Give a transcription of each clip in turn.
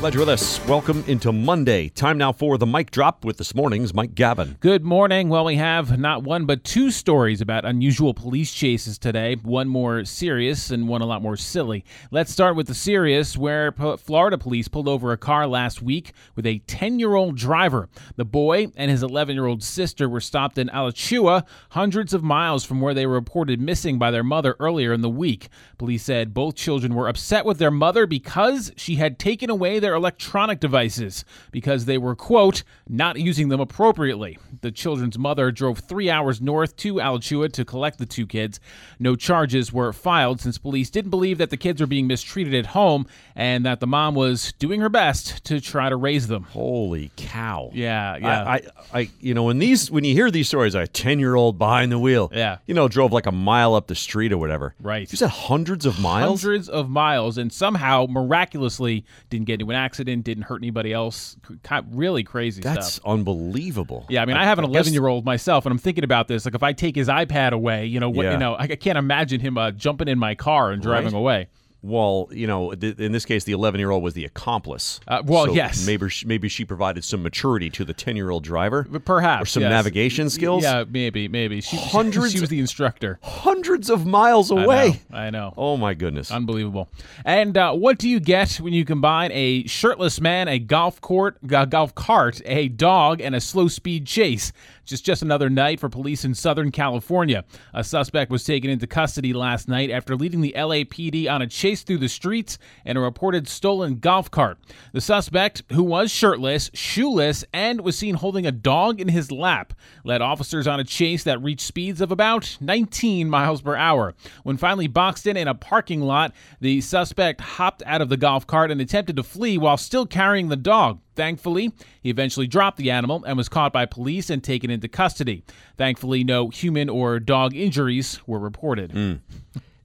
Glad you're with us. Welcome into Monday. Time now for the mic drop with this morning's Mike Gavin. Good morning. Well, we have not one but two stories about unusual police chases today, one more serious and one a lot more silly. Let's start with the serious, where P- Florida police pulled over a car last week with a 10 year old driver. The boy and his 11 year old sister were stopped in Alachua, hundreds of miles from where they were reported missing by their mother earlier in the week. Police said both children were upset with their mother because she had taken away their electronic devices because they were, quote, not using them appropriately. The children's mother drove three hours north to Alachua to collect the two kids. No charges were filed since police didn't believe that the kids were being mistreated at home and that the mom was doing her best to try to raise them. Holy cow! Yeah, yeah. I, I, I you know, when these, when you hear these stories, a ten-year-old behind the wheel, Yeah. you know, drove like a mile up the street or whatever. Right. You said hundreds of miles. Hundreds of miles, and somehow miraculously didn't get into an accident, didn't hurt anybody else. C- ca- Really crazy That's stuff. unbelievable. Yeah, I mean, I, have an guess- 11 year old myself, and I'm thinking about this. Like, if I take his iPad away, you know, what, Yeah. you know, I, I can't imagine him uh, jumping in my car and driving Right. away. Well, you know, th- in this case, the 11-year-old was the accomplice. Uh, well, So yes. Maybe she, maybe she provided some maturity to the 10-year-old driver, But perhaps or some yes. navigation skills. Yeah, maybe, maybe. She, Hundreds- She was the instructor. hundreds of miles I away. know, I know. Oh my goodness. Unbelievable. And uh, what do you get when you combine a shirtless man, a golf court, a golf cart, a dog, and a slow speed chase? Just just another night for police in Southern California. A suspect was taken into custody last night after leading the LAPD on a chase through the streets and a reported stolen golf cart. The suspect, who was shirtless, shoeless, and was seen holding a dog in his lap, led officers on a chase that reached speeds of about 19 miles per hour. When finally boxed in in a parking lot, the suspect hopped out of the golf cart and attempted to flee while still carrying the dog. Thankfully, he eventually dropped the animal and was caught by police and taken into custody. Thankfully, no human or dog injuries were reported. Hmm.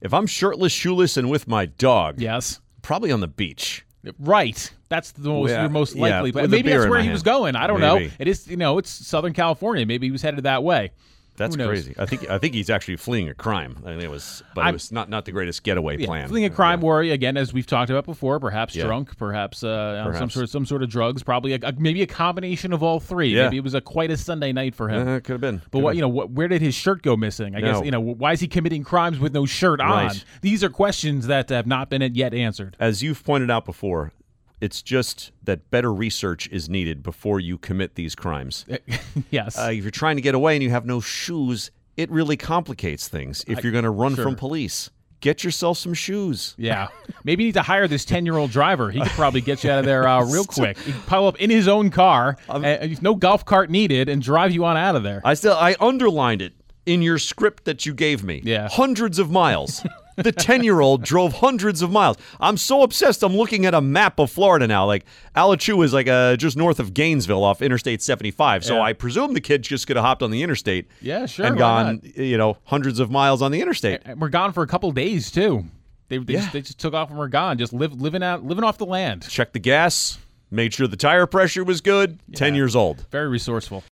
If I'm shirtless, shoeless, and with my dog, Yes. probably on the beach. Right. That's the most Yeah, your most yeah, likely. but with a maybe beer that's in where my he hand. was going. I don't Maybe. know. It is you know, it's Southern California. Maybe he was headed that way. That's Who knows? crazy. I think I think he's actually fleeing a crime. I think it was, but it I'm- was not, not the greatest getaway plan. Fleeing a crime worry again, as we've talked about before. Perhaps Yeah. drunk, perhaps, uh, on some Perhaps. sort some sort of drugs. Probably a, a- maybe a combination of all three. Yeah. Maybe it was a quite a Sunday night for him. Uh, could have been. But what you know, what, where did his shirt go missing? I No. guess you know why is he committing crimes with no shirt on? Right. These are questions that have not been yet answered. As you've pointed out before, it's just that better research is needed before you commit these crimes. yes. Uh, if you're trying to get away and you have no shoes, it really complicates things. If you're going to run from police, get yourself some shoes. Yeah, maybe you need to hire this ten-year-old driver. He could probably get you out of there uh, real quick. He could pile up in his own car, Um, and no golf cart needed, and drive you on out of there. I still I underlined it in your script that you gave me. Yeah. Hundreds of miles. the 10-year-old drove hundreds of miles. I'm so obsessed. I'm looking at a map of Florida now. Like Alachua is like uh, just north of Gainesville off Interstate 75. So Yeah. I presume the kid just could have hopped on the interstate. Yeah, sure, And why gone, you know, hundreds of miles on the interstate. And we're gone for a couple days too. They, they, Yeah. just, they just took off and were gone, just live, living out, living off the land. Checked the gas, made sure the tire pressure was good. 10 years old. Very resourceful.